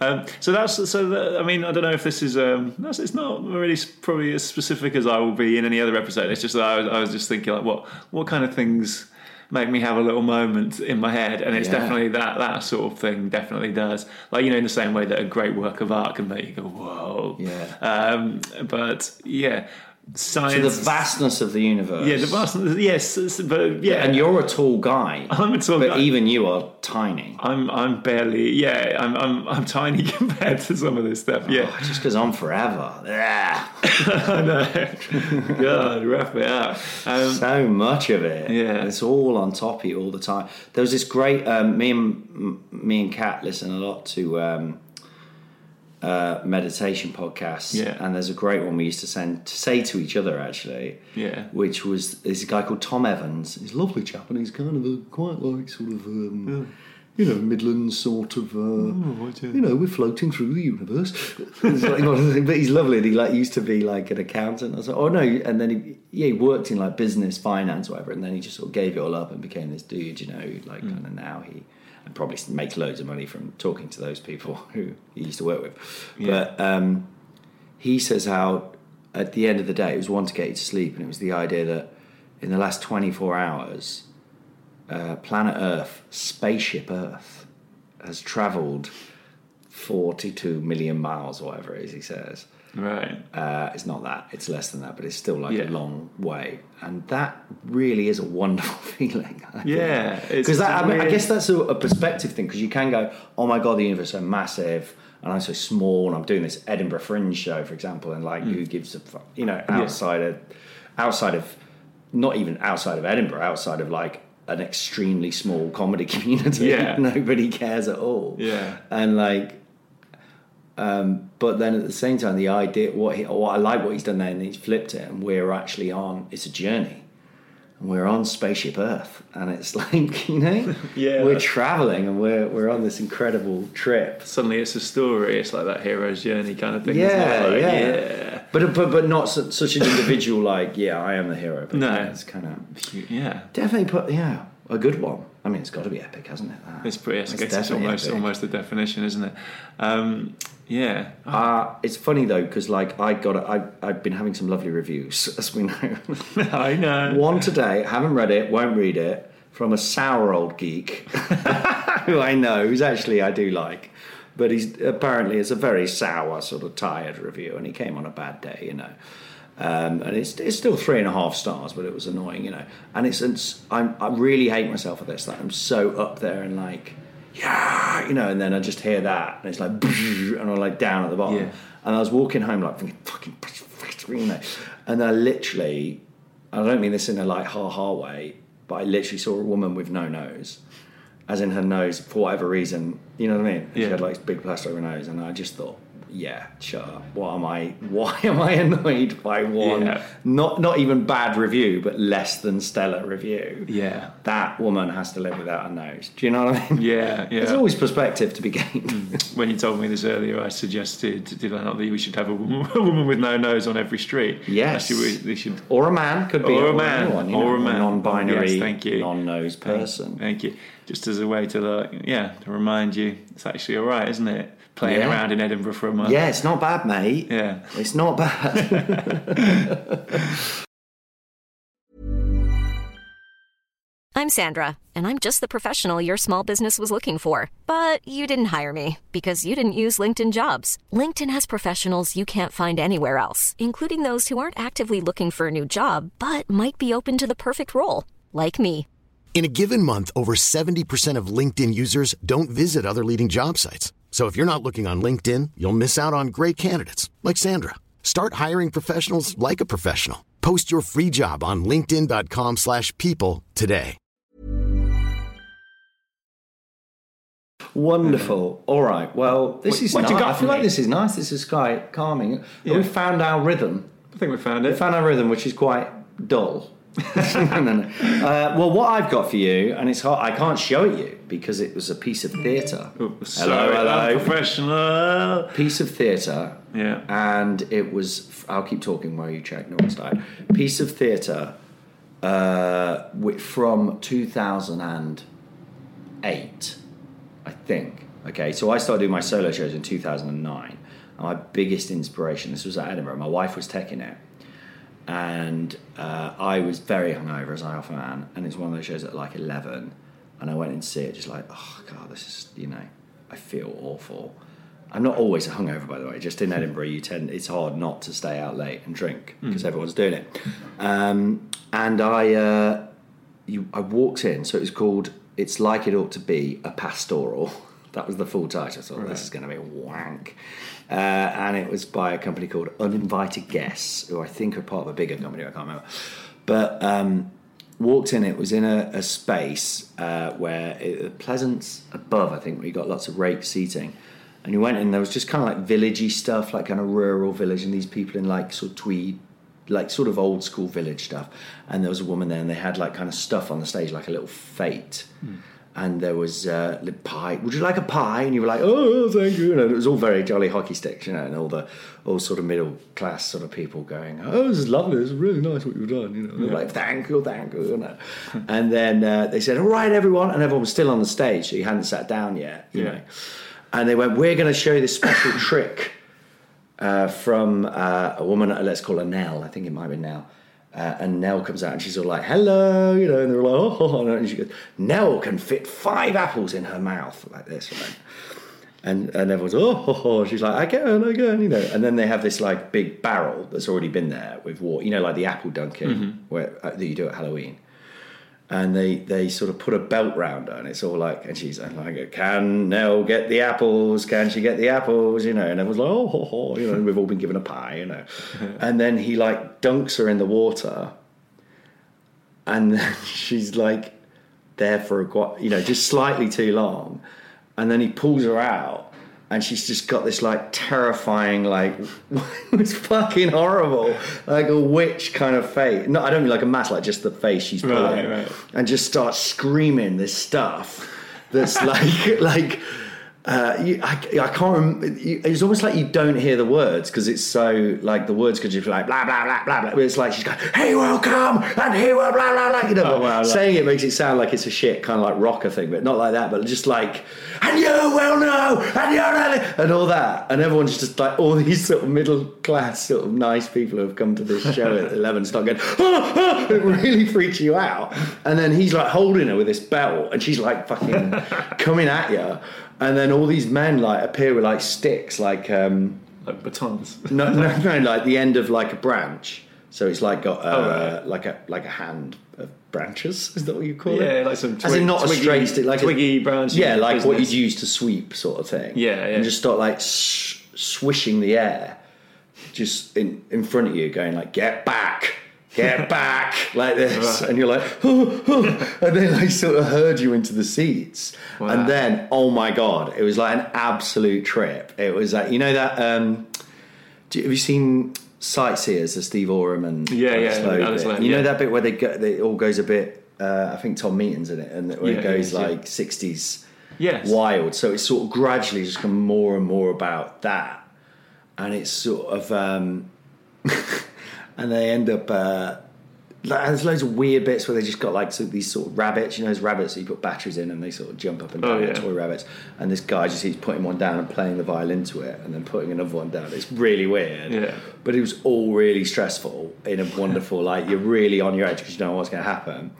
B: Um, so that's so. That, I mean, I don't know if this is. Um, that's, it's not really s- probably as specific as I will be in any other episode. It's just that I was, I was just thinking like, what what kind of things make me have a little moment in my head, and it's
C: Yeah.
B: definitely that that sort of thing definitely does. Like you know, in the same way that a great work of art can make you go whoa.
C: Yeah.
B: Um, but yeah,
C: To the
B: science.
C: vastness of the universe.
B: yeah, the vastness. Yes, it's- but yeah,
C: And you're a tall guy,
B: <laughs> I'm a tall
C: but
B: guy.
C: even you are tiny.
B: I'm I'm barely yeah I'm I'm I'm tiny <laughs> compared to some of this stuff yeah
C: It Oh, just goes on forever. Yeah,
B: I know
C: Oh.
B: <laughs> God rough it out um,
C: so much of it.
B: Yeah.
C: it's all on top of you all the time. There was this great. Um, me and me and Kat listen a lot to um, uh, meditation podcasts.
B: Yeah.
C: and there's a great one we used to send to say to each other actually.
B: Yeah.
C: which was there's a guy called Tom Evans. He's a lovely chap, and he's kind of a, quite like sort of. Um, You know, Midland sort of. Uh, you know, we're floating through the universe. It's like one of the things- <laughs> but he's lovely. And he like used to be like an accountant. I was like, oh no, and then he yeah he worked in like business, finance, whatever, and then he just sort of gave it all up and became this dude. You know, who, like kind of now he and probably makes loads of money from talking to those people <laughs> who he used to work with. But um, he says how at the end of the day it was one to get you to sleep, and it was the idea that in the last twenty four hours, uh, planet Earth, spaceship Earth, has travelled. 42 million miles or whatever it is he says
B: right
C: uh, it's not that it's less than that but it's still like a
B: Yeah.
C: long way and that really is a wonderful <laughs> feeling
B: yeah it's
C: because that I, mean, I
B: weird.
C: guess that's a, a perspective thing because you can go oh my god the universe is so massive and I'm so small and I'm doing this Edinburgh Fringe show for example and like
B: Mm.
C: who gives a fuck you know outside of outside of not even outside of Edinburgh outside of like an extremely small comedy <laughs> community
B: Yeah.
C: nobody cares at all
B: Yeah.
C: and like um, but then at the same time the idea what he, what I like what he's done there and he's flipped it and we're actually on it's a journey and we're on spaceship earth and it's <laughs> like you know
B: <laughs> Yeah.
C: we're traveling and we're we're on this incredible trip
B: suddenly it's a story it's like that hero's journey kind of thing isn't
C: yeah,
B: it? Like,
C: yeah
B: yeah
C: but but but not su- such an individual like yeah I am the hero but
B: No.
C: yeah, it's kind of
B: yeah
C: definitely put yeah a good one I mean it's got to be epic hasn't it that?
B: it's pretty I guess it's
C: definitely
B: almost
C: epic.
B: almost the definition isn't it um, yeah <laughs>
C: Uh, it's funny though because like I got I I've been having some lovely reviews <laughs> as we know.
B: I know
C: One today, haven't read it, won't read it, from a sour old geek <laughs> who I know, who's actually I do like, but he's apparently it's a very sour sort of tired review, and he came on a bad day, you know. Um, and it's, it's still three and a half stars, but it was annoying, you know. And it's, it's I'm, I really hate myself for this. That I'm so up there and like, yeah, you know, and then I just hear that, and it's like, <laughs> and I'm like down at the bottom.
B: Yeah.
C: And I was walking home like thinking, fucking, fucking, you know, and I literally, I don't mean this in a like ha ha way, but I literally saw a woman with no nose, as in her nose for whatever reason. You know what I mean? She
B: Yeah.
C: had like big plaster over her nose, and I just thought. Yeah, shut up. What am I? <laughs> Why am I annoyed by one?
B: Yeah.
C: Not not even bad review, but less than stellar review
B: Yeah.
C: that woman has to live without a nose. Do you know what I mean?
B: Yeah, yeah. Mm.
C: There's always perspective to be gained.
B: when you told me this earlier, I suggested, did I not, that we should have a woman, <laughs> a woman with no nose on every street?
C: Yes.
B: Actually, we, they should.
C: Or a man could be
B: Or a man,
C: anyone, you
B: or
C: know,
B: a man.
C: non-binary,
B: Yes, thank you.
C: non-nose person.
B: Thank you. Just as a way to, like, yeah, to remind you, it's actually all right, isn't it? Playing
C: Yeah.
B: around in Edinburgh for a month.
C: Yeah, it's not bad, mate.
B: Yeah.
C: It's not bad.
D: I'm Sandra, and I'm just the professional your small business was looking for. But you didn't hire me because you didn't use LinkedIn jobs. LinkedIn has professionals you can't find anywhere else, including those who aren't actively looking for a new job but might be open to the perfect role, like me.
E: In a given month, over 70% of LinkedIn users don't visit other leading job sites. So if you're not looking on LinkedIn, you'll miss out on great candidates like Sandra. Start hiring professionals like a professional. Post your free job on linkedin.com/people slash people today.
C: Wonderful. All right. Well, this
B: What-
C: is
B: what
C: nice.
B: you got
C: I
B: for
C: feel like
B: me?
C: this is nice. This is quite calming.
B: Yeah.
C: We found our rhythm.
B: I think we found
C: We
B: it.
C: found our rhythm, which is quite <laughs> dull. No, no, no. Uh, well, what I've got for you, and it's hard, I can't show it you because it was a piece of theatre.
B: Sorry, Professional.
C: piece of theatre,
B: Yeah.
C: and it was. I'll keep talking while you check. No one's died. Piece of theatre, uh, wi- from two thousand and eight, I think. Okay, so I started doing my solo shows in two thousand and nine. My biggest inspiration. This was at Edinburgh. My wife was taking it, and uh, I was very hungover as I often am. And it's one of those shows at like eleven, and I went and see it just like, oh god, this is you know, I feel awful. I'm not always hungover, by the way. Just in Edinburgh, you tend it's hard not to stay out late and drink because everyone's doing it. Um, and I, uh, you, I walked in, so it was called "It's Like It Ought to Be" a pastoral. <laughs> That was the full title. I thought this is going to be wank, uh, and it was by a company called Uninvited Guests, who I think are part of a bigger company. I can't remember, but um, walked in. It was in a, a space uh, where it, the Pleasance above, I think, where you got lots of raked seating. And you went in, there was just kind of like villagey stuff, like kind of rural village, and these people in like sort of tweed like sort of old school village stuff. And there was a woman there, and they had like kind of stuff on the stage, like a little fate. And there was uh, the pie. Would you like a pie? And you were like, oh, thank you. And it was all very jolly hockey sticks, you know, and all the all sort of middle class sort of people going, oh, this is lovely. It's really nice what you've done, you know. They're like, thank you, thank you, you know. <laughs> and then uh, they said, all right, everyone, and everyone was still on the stage, so you hadn't sat down yet, you
B: Yeah.
C: know. And they went, we're going to show you this special <laughs> trick uh, from uh, a woman, uh, let's call her Nell, I think it might have been Nell. Uh, and Nell comes out and she's all like, hello, you know, and they're like, oh, oh, oh, and she goes, Nell can fit five apples in her mouth, like this. Right? And, and everyone's, oh, oh, oh, she's like, I can, I can, you know. And then they have this like big barrel that's already been there with water, you know, like the apple dunking where, uh, that you do at Halloween and they they sort of put a belt round her, and it's all like, and she's like, "Can Nell get the apples? Can she get the apples?" You know, and everyone's like, "Oh, ho, ho," you know, and we've all been given a pie,
B: <laughs>
C: you know, and then he like dunks her in the water, and then <laughs> she's like there for a quite, you know, just slightly too long, and then he pulls her out. And she's just got this like terrifying, like <laughs> it's fucking horrible, like a witch kind of face. No, I don't mean like a mask, like just the face she's pulling
B: Right, right.
C: and just start screaming this stuff that's like like uh, you, I, I can't remember it's almost like you don't hear the words because it's so like the words could just be like blah blah blah blah blah but it's like she's going hey welcome and hey well blah blah blah you know
B: Oh,
C: but
B: wow, like-
C: saying it makes it sound like it's a shit kind of like rocker thing but not like that but just like and you well know and you're really-" and all that and everyone's just like all these sort of middle class sort of nice people who have come to this show at 11 start going "Ah, ah," it really freaks you out and then he's like holding her with this belt and she's like fucking coming at you and then all these men like appear with like sticks like um
B: Like batons.
C: no, no, no, like the end of like a branch. So it's like got uh,
B: Oh, right.
C: like a like a hand of branches. Is that what you call it?
B: Yeah, like some twig,
C: As in not
B: twiggy,
C: a straight stick, like a-
B: twiggy branch.
C: Yeah, like what you'd
B: business.
C: use to sweep, sort of thing.
B: Yeah, yeah.
C: And just start like sh- swishing the air, just in in front of you, going like, "Get back,
B: <laughs>
C: get back," like this, and you're like, <laughs> "Oh, oh," and then I sort of herd you into the seats, and then oh my god, it was like an absolute trip. It was like you know that. um do you, Have you seen? Sightseers, the Steve Oram and
B: Yeah, yeah,
C: Alice Lowe
B: Alice
C: bit?
B: Lowe,
C: You know
B: yeah.
C: that bit where they go, it all goes a bit. Uh, I think Tom Meaton's in it, and where
B: Yeah,
C: it goes
B: yeah, yeah.
C: like sixties
B: Yes.
C: wild. So it's sort of gradually just become more and more about that, and it's sort of, um, <laughs> and they end up. Uh, like, there's loads of weird bits where they just got like so these sort of rabbits, you know, those rabbits that you put batteries in and they sort of jump up and down,
B: Oh,
C: like
B: yeah.
C: toy rabbits. And this guy just he's putting one down and playing the violin to it, and then putting another one down. It's really weird,
B: Yeah.
C: But it was all really stressful in a wonderful, like you're really on your edge because you don't know what's going to happen.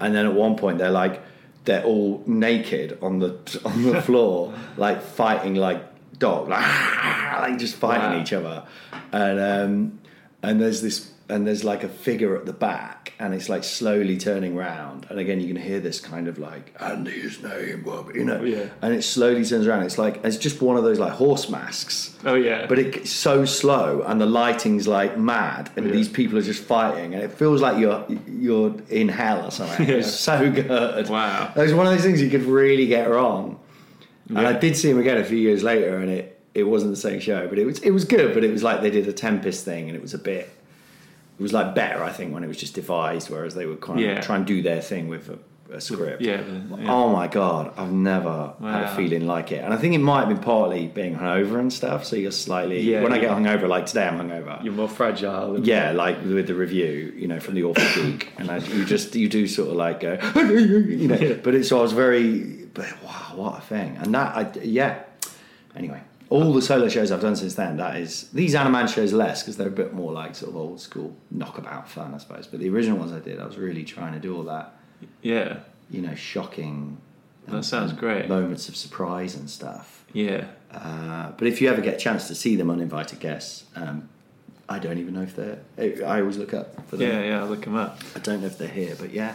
C: And then at one point they're like they're all naked on the on
B: <laughs>
C: the floor, like fighting like dog, like, <laughs> like just fighting
B: Wow.
C: each other. And um, and there's this and there's like a figure at the back, and it's like slowly turning round. And again, you can hear this kind of like and his name, Bob, you know.
B: Yeah.
C: And it slowly turns around. It's like it's just one of those like horse masks.
B: Oh, yeah.
C: But it's so slow, and the lighting's like mad, and
B: Yeah.
C: these people are just fighting, and it feels like you're you're in hell or something.
B: <laughs>
C: It's so good.
B: Wow.
C: It was one of those things you could really get wrong. And I did see him again a few years later, and it, it wasn't the same show, but it was it was good. But it was like they did a Tempest thing, and it was a bit. It was like better, I think, when it was just devised, whereas they would kind of
B: Yeah.
C: try and do their thing with a, a script.
B: Yeah, yeah.
C: Oh my god, I've never had a
B: Wow.
C: feeling like it, and I think it might have been partly being hungover and stuff. So you're slightly.
B: Yeah,
C: when I
B: yeah.
C: get hungover, like today, I'm hungover.
B: You're more fragile. and-
C: yeah, like with the review, you know, from the
B: <coughs>
C: author geek, and I, you just you do sort of like go, <laughs> you know. But it's so I was very, but wow, what a thing! And that, I, yeah. Anyway, all the solo shows I've done since then, that is these Animan shows less because they're a bit more like sort of old school knockabout fun, I suppose. But the original ones I did, I was really trying to do all that,
B: Yeah.
C: you know, shocking um,
B: That sounds great.
C: moments of surprise and stuff.
B: Yeah.
C: Uh, but if you ever get a chance to see them uninvited guests, um, I don't even know if they're. I I always look up for them.
B: Yeah, yeah, I'll look him up.
C: I don't know if they're here, but yeah.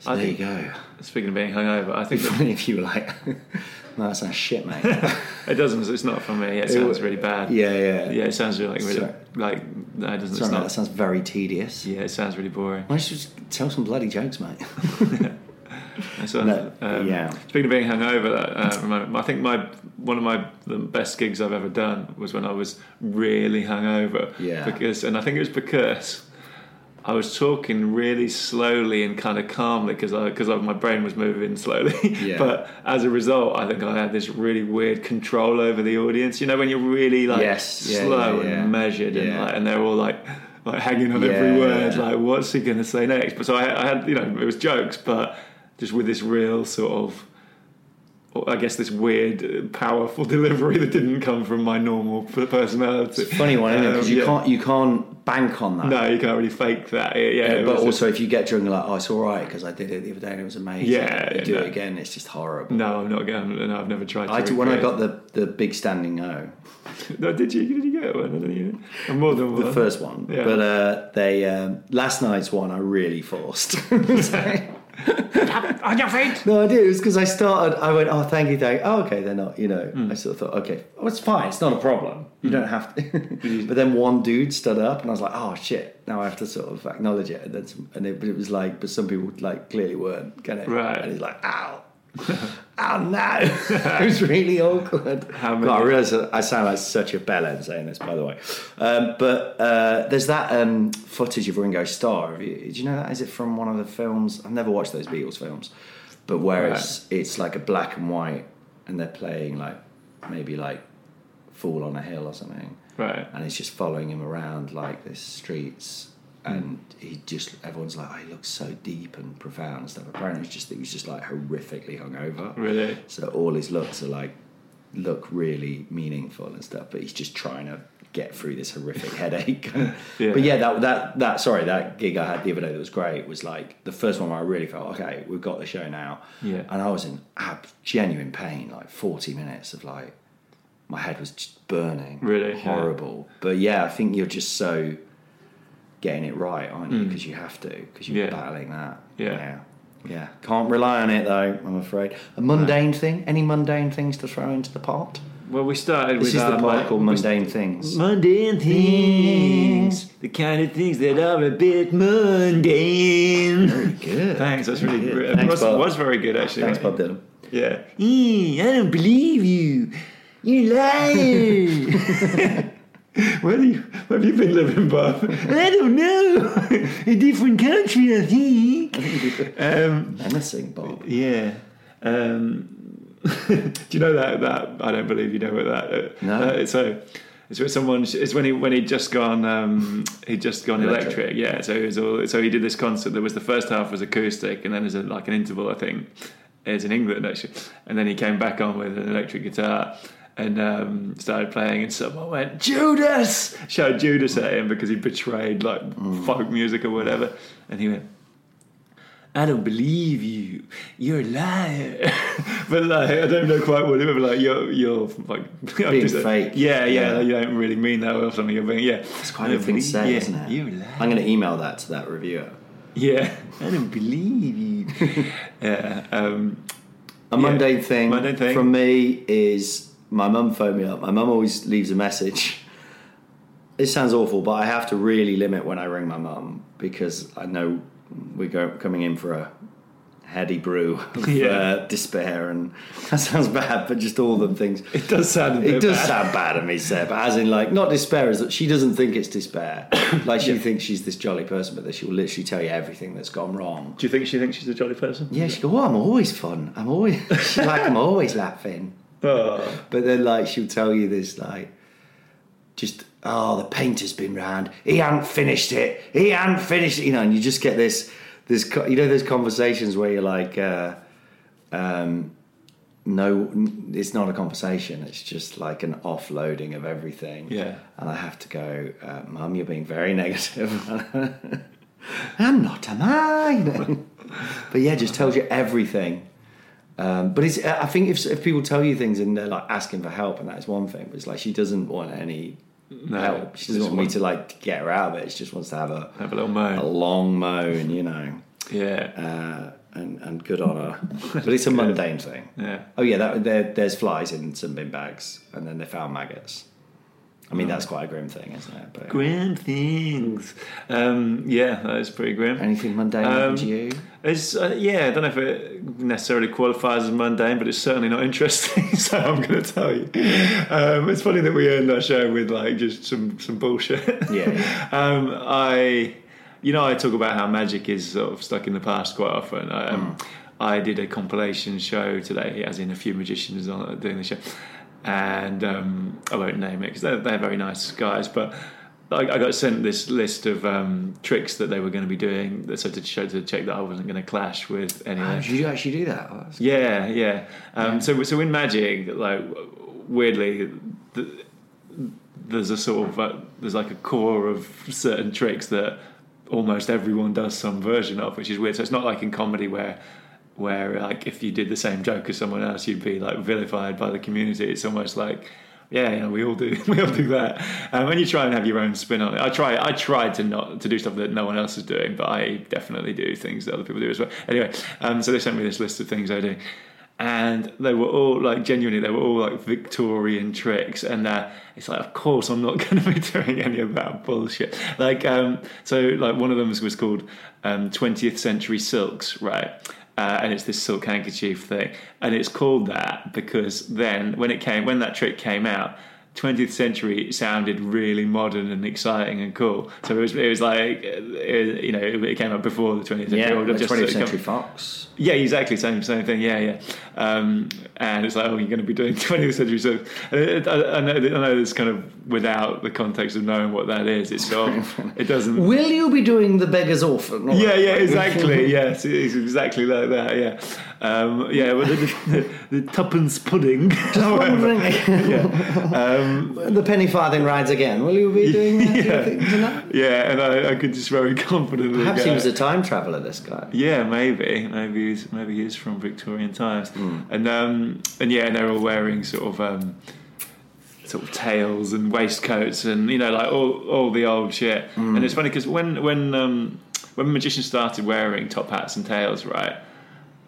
C: So
B: I
C: there
B: think-
C: you go. <laughs>
B: Speaking of being hungover, I think that-
C: Funny if you were like, <laughs> no, that sounds shit,
B: <laughs>
C: mate. yeah,
B: it doesn't. It's not for me. It sounds really bad.
C: yeah.
B: Yeah, it sounds really like really,
C: Sorry.
B: like no, it
C: Sorry,
B: doesn't. it's
C: mate,
B: not.
C: that sounds very tedious.
B: yeah, it sounds really boring.
C: Why don't you just tell some bloody jokes, mate? <laughs>
B: <laughs> It sounds-
C: No,
B: um,
C: yeah.
B: Speaking of being hungover, that uh, reminded me- I think my one of my the best gigs I've ever done was when I was really hungover.
C: Yeah.
B: Because, and I think it was because I was talking really slowly and kind of calmly because because my brain was moving slowly. <laughs>
C: Yeah.
B: but as a result, I think I had this really weird control over the audience. You know, when you're really like
C: Yes, yeah,
B: slow
C: yeah, yeah.
B: and measured, and
C: Yeah.
B: like, and they're all like. Like hanging on
C: Yeah.
B: every word, like what's he going to say next? But so I, I had, you know, it was jokes, but just with this real sort of, I guess, this weird, uh, powerful <laughs> delivery that didn't come from my normal p- personality.
C: Funny one, isn't it? Because
B: Um,
C: you
B: yeah.
C: can't you can't bank on that.
B: No, you can't really fake that. Yeah, yeah, it
C: but
B: was
C: also, if you get drunk, you're like, oh, it's all right because I did it the other day and it was amazing.
B: Yeah,
C: you do
B: no. Mm,
C: it again, it's just horrible.
B: just- no, I'm not going. No, I've never tried. To
C: I did, when I
B: recreate-
C: got the, the big standing O,
B: no, did you? Did you get one? Did you? And more than
C: the
B: one.
C: first one,
B: Yeah.
C: but uh, they um, last night's one I really
B: <laughs>
C: forced. <laughs>
B: on your feet.
C: No, I did. It was because I started. I went, oh, thank you, thank. You. Oh, okay, they're not. You know,
B: Hmm.
C: I sort of thought, okay, oh, it's fine. It's not a problem. You don't have
B: <laughs>
C: to. but then one dude stood up, and I was like, oh shit. Now I have to sort of acknowledge it. And then, some, and it, but it was like, but some people like clearly weren't gonna.
B: Right.
C: And he's like,
B: <laughs>
C: ow. oh no! <laughs> it was really awkward.
B: How
C: God, I
B: many-
C: realize that I sound like such a bellend saying this, by the way. Um, but uh, there's that um, footage of Ringo Starr. Have you, do you know that? Is it from one of the films? I've never watched those Beatles films, but where it's it's like a black and white, and they're playing like maybe like Fall on a Hill or something,
B: Right.
C: and it's just following him around like the streets. And he just, everyone's like, oh, he looks so deep and profound and stuff. Apparently, it's just that he was just like horrifically hungover.
B: Really?
C: So all his looks are like look really meaningful and stuff, but he's just trying to get through this horrific headache.
B: <laughs> Yeah.
C: But yeah, that that that sorry, that gig I had the other day that was great was like the first one where I really felt okay, we've got the show now.
B: Yeah.
C: And I was in ab- genuine pain, like forty minutes of like my head was just burning,
B: Really? Yeah.
C: horrible. But yeah, I think you're just so getting it right, aren't you? Because you have to, because you're
B: Mm. Yeah.
C: battling that.
B: Yeah.
C: yeah. Yeah. Can't rely on it though, I'm afraid. A mundane thing? Any mundane things to throw into the pot?
B: Well, we started
C: This
B: with
C: is the
B: our,
C: part
B: like,
C: called Mundane Things.
B: mundane things, the kind of things that are a bit mundane.
C: Good.
B: Thanks, that's really
C: Good.
B: good. It
C: Thanks,
B: was,
C: Bob.
B: was very good actually.
C: Thanks, Bob Dylan.
B: Yeah. I don't believe you. You liar. <laughs> where, do you, where have you been living, Bob? I don't know. A different country, I think. um,
C: Menacing, Bob.
B: yeah. Um, <laughs> do you know that that I don't believe you know what that? uh,
C: No.
B: uh, so it's when someone. It's when he when he'd just gone. Um, he'd just gone electric.
C: Electric.
B: Yeah. So it was all. So he did this concert. That was the first half was acoustic, and then there's a, like an interval. I think it's in England actually, and then he came back on with an electric guitar. And um, started playing, and someone went Judas, shouted Judas at him because he betrayed like folk music or whatever, and he went, I don't believe you. You're a liar. <laughs> but like, I don't know quite what it meant. but, Like you're, you're like <laughs>
C: Being fake.
B: Yeah,
C: Yeah.
B: yeah, You don't really mean that or something. You're being yeah.
C: It's quite a thing to say,
B: yeah,
C: isn't it?
B: You're a liar.
C: I'm going to email that to that reviewer.
B: yeah. I don't believe you. yeah. Um,
C: A mundane thing,
B: Mundane thing.
C: from me is my mum phoned me up. My mum always leaves a message. It sounds awful, but I have to really limit when I ring my mum because I know we're go- coming in for a heady brew <laughs> of
B: Yeah.
C: uh, despair, and <laughs> that sounds bad, but just all them <laughs> things.
B: <laughs> it does sound a bit
C: It does
B: bad.
C: sound bad of me, Seb. As in, like, not despair is that she doesn't think it's <coughs> despair. Like, she thinks she's this jolly person, but that she will literally tell you everything that's gone wrong.
B: Do you think she thinks she's a jolly person?
C: Yeah, she go, oh, I'm always fun. I'm <laughs> always she's like, I'm always laughing.
B: Oh.
C: But then, like, she'll tell you this, like, just oh, the painter's been round. He hadn't finished it. He hadn't finished it. You know, and you just get this, this, co- you know, those conversations where you're like, uh, um, no, n- it's not a conversation. It's just like an offloading of everything.
B: Yeah.
C: And I have to go, uh, Mum, you're being very <laughs> negative. I'm not, am I? <laughs> but yeah, just tells you everything. Um, but it's, I think if, if people tell you things and they're like asking for help, and that's one thing, but it's like she doesn't want any help. She
B: just
C: doesn't want me
B: want-
C: to like get her out of it. She just wants to have a,
B: Have a little moan.
C: a long moan, you know,
B: Yeah.
C: uh, and, and good on
B: <laughs>
C: her. But it's a mundane thing.
B: Yeah.
C: Oh, yeah, that, there, there's flies in some bin bags, and then they found maggots. I mean,
B: Oh.
C: that's quite a grim thing, isn't it? But
B: Grim things. Um, yeah, that is pretty grim.
C: anything mundane happen
B: Um,
C: to you?
B: It's uh, yeah, I don't know if it necessarily qualifies as mundane, but it's certainly not interesting. <laughs> so I'm going to tell you. Um, it's funny that we end our show with like just some some bullshit.
C: Yeah, yeah.
B: um, I, you know, I talk about how magic is sort of stuck in the past quite often. I, um, I did a compilation show today, as in a few magicians on doing the show, and um, I won't name it because they're, they're very nice guys, but. I, I got sent this list of um, tricks that they were going to be doing, so to show to check that I wasn't going to clash with any. of
C: Oh,
B: them.
C: did you actually do that? Oh, that's-
B: Yeah, yeah. Um, So, so in magic, like weirdly, th there's a sort of uh, there's like a core of certain tricks that almost everyone does some version of, which is weird. So it's not like in comedy where where like if you did the same joke as someone else, you'd be like vilified by the community. It's almost like yeah, you know, we all do <laughs> we all do that. Um, and you try and have your own spin on it. I try I try to not to do stuff that no one else is doing, but I definitely do things that other people do as well. Anyway, um, so they sent me this list of things I do. And they were all like genuinely, they were all like Victorian tricks, and uh, it's like, of course, I'm not <laughs> going to be doing any of that bullshit. Like, um, so like one of them was called um, 20th Century Silks, right? uh, and it's this silk handkerchief thing, and it's called that because then when it came, when that trick came out, 20th century sounded really modern and exciting and cool. So it was, it was like, uh, it, you know, it came out before the 20th century.
C: Yeah,
B: or
C: like
B: just- uh,
C: 20th
B: it
C: Century
B: come-
C: Fox.
B: yeah, exactly. Same same thing. Yeah, yeah. Um, and it's like, oh, you're going to be doing <laughs> 20th century stuff. And I, I, I know, I know this kind of without the context of knowing what that is. It's sort of, it doesn't.
C: <laughs> Will you be doing the Beggar's Orphan? Or-
B: Yeah, yeah, exactly. yes, it's exactly like that. Yeah, um, yeah. Well, the, the, the tuppence pudding.
C: <laughs> Wondering-
B: <laughs> yeah, um,
C: the penny farthing rides again. Will you be doing that? do you
B: Yeah.
C: think, tonight?
B: yeah. And I, I could just very confidently.
C: Perhaps he
B: go,
C: was a time traveller, this guy.
B: Yeah, maybe, maybe he's maybe he's from
C: Hmm.
B: Victorian times, and um, and yeah, and they're all wearing sort of um, sort of tails and waistcoats and you know like all all the old shit.
C: Hmm.
B: And it's funny because when when um, when magicians started wearing top hats and tails, right?